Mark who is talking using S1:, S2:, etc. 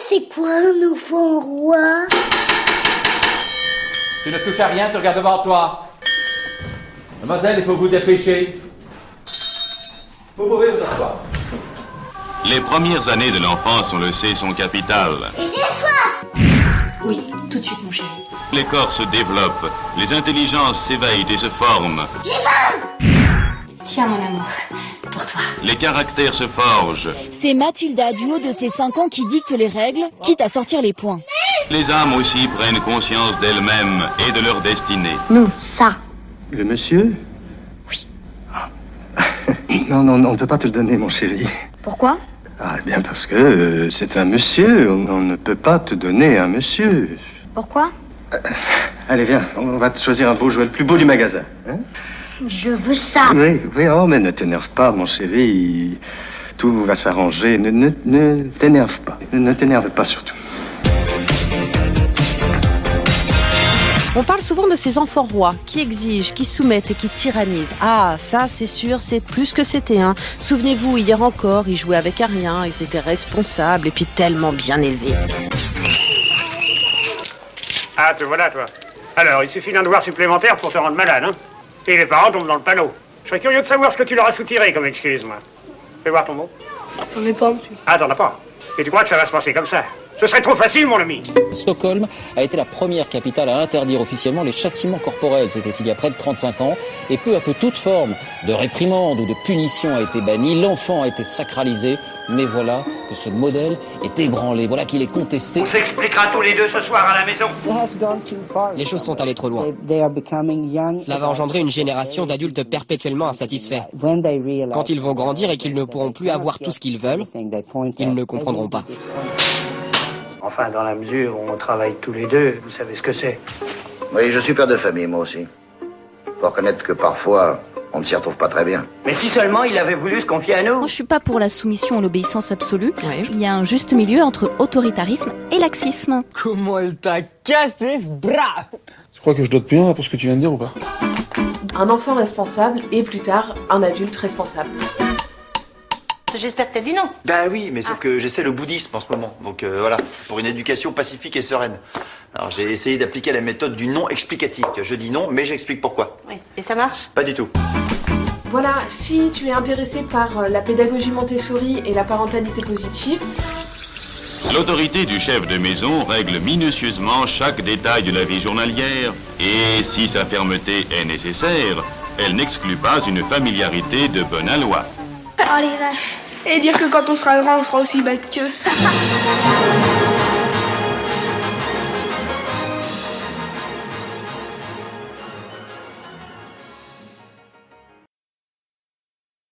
S1: c'est quoi un enfant roi
S2: Tu ne touches à rien, tu regardes devant toi. Mademoiselle, il faut vous dépêcher. Vous pouvez vous asseoir.
S3: Les premières années de l'enfance, on le sait, sont capitales.
S1: J'ai soif
S4: Oui, tout de suite, mon chéri.
S3: Les corps se développent, les intelligences s'éveillent et se forment,
S1: J'ai faim
S4: Tiens, mon amour, pour toi.
S3: les caractères se forgent,
S5: C'est Mathilda du haut de ses 5 ans qui dicte les règles, quitte à sortir les points.
S3: les âmes aussi prennent conscience d'elles-mêmes et de leur destinée.
S1: Non, ça
S6: Le monsieur Oui. non, non, non, on ne peut pas te le donner, mon chéri.
S1: Pourquoi
S6: Ah, eh bien, parce que euh, c'est un monsieur. On, on ne peut pas te donner un monsieur. Euh,
S1: Pourquoi
S6: Allez, viens, on va te choisir un beau jouet, le plus beau du magasin. hein
S1: Je veux ça
S6: oui, oui, oh, mais ne t'énerve pas, mon chéri. Tout va s'arranger. Ne, ne, ne t'énerve pas. Ne, ne t'énerve pas, surtout.
S7: On parle souvent de ces enfants rois qui exigent, qui soumettent et qui tyrannisent. Ah, ça c'est sûr, c'est plus que c'était un. Souvenez-vous, hier encore, ils jouaient avec un rien, ils étaient responsables et puis tellement bien élevés.
S8: Ah, te voilà, toi. Alors, il suffit d'un devoir supplémentaire pour te rendre malade, hein Et les parents tombent dans le panneau. Je serais curieux de savoir ce que tu leur as soutiré comme excuse, moi. Fais voir ton mot. J'en ai pas, monsieur. Ah, t'en as pas Et tu crois que ça va se passer comme ça Ce serait trop facile, mon ami
S9: Stockholm a été la première capitale à interdire officiellement les châtiments corporels. C'était il y a près de 35 ans. Et peu à peu, toute forme de réprimande ou de punition a été bannie. L'enfant a été sacralisé. Mais voilà que ce modèle est ébranlé. Voilà qu'il est contesté.
S8: On s'expliquera tous les deux ce soir à la maison.
S9: Les choses sont allées trop loin. Cela va engendrer une génération d'adultes perpétuellement insatisfaits. Quand ils vont grandir et qu'ils ne pourront plus avoir tout ce qu'ils veulent, ils ne comprendront pas.
S8: Enfin, dans la mesure où on travaille tous les deux, vous savez ce que c'est.
S10: Oui, je suis père de famille, moi aussi. Faut reconnaître que parfois, on ne s'y retrouve pas très bien.
S8: Mais si seulement il avait voulu se confier à nous
S11: Moi, je suis pas pour la soumission et l'obéissance absolue. Il y a un juste milieu entre autoritarisme et laxisme.
S9: Comment elle t'a cassé ce bras
S12: Tu crois que je dois te payer là pour ce que tu viens de dire ou pas
S7: Un enfant responsable et plus tard un adulte responsable.
S4: J'espère que t'as dit non.
S10: Bah oui, mais
S4: Ah.
S10: sauf que j'essaie le bouddhisme en ce moment. Donc euh, voilà, pour une éducation pacifique et sereine. Alors j'ai essayé d'appliquer la méthode du non explicatif. Tu vois, Je dis non, mais j'explique pourquoi.
S4: Oui. Et ça marche
S10: Pas du tout.
S7: Voilà, si tu es intéressé par la pédagogie Montessori et la parentalité positive,
S3: L'autorité du chef de maison règle minutieusement chaque détail de la vie journalière et si sa fermeté est nécessaire, elle n'exclut pas une familiarité de bonne aloi.
S1: Oh les vaches
S11: Et dire que quand on sera grand, on sera aussi bête que.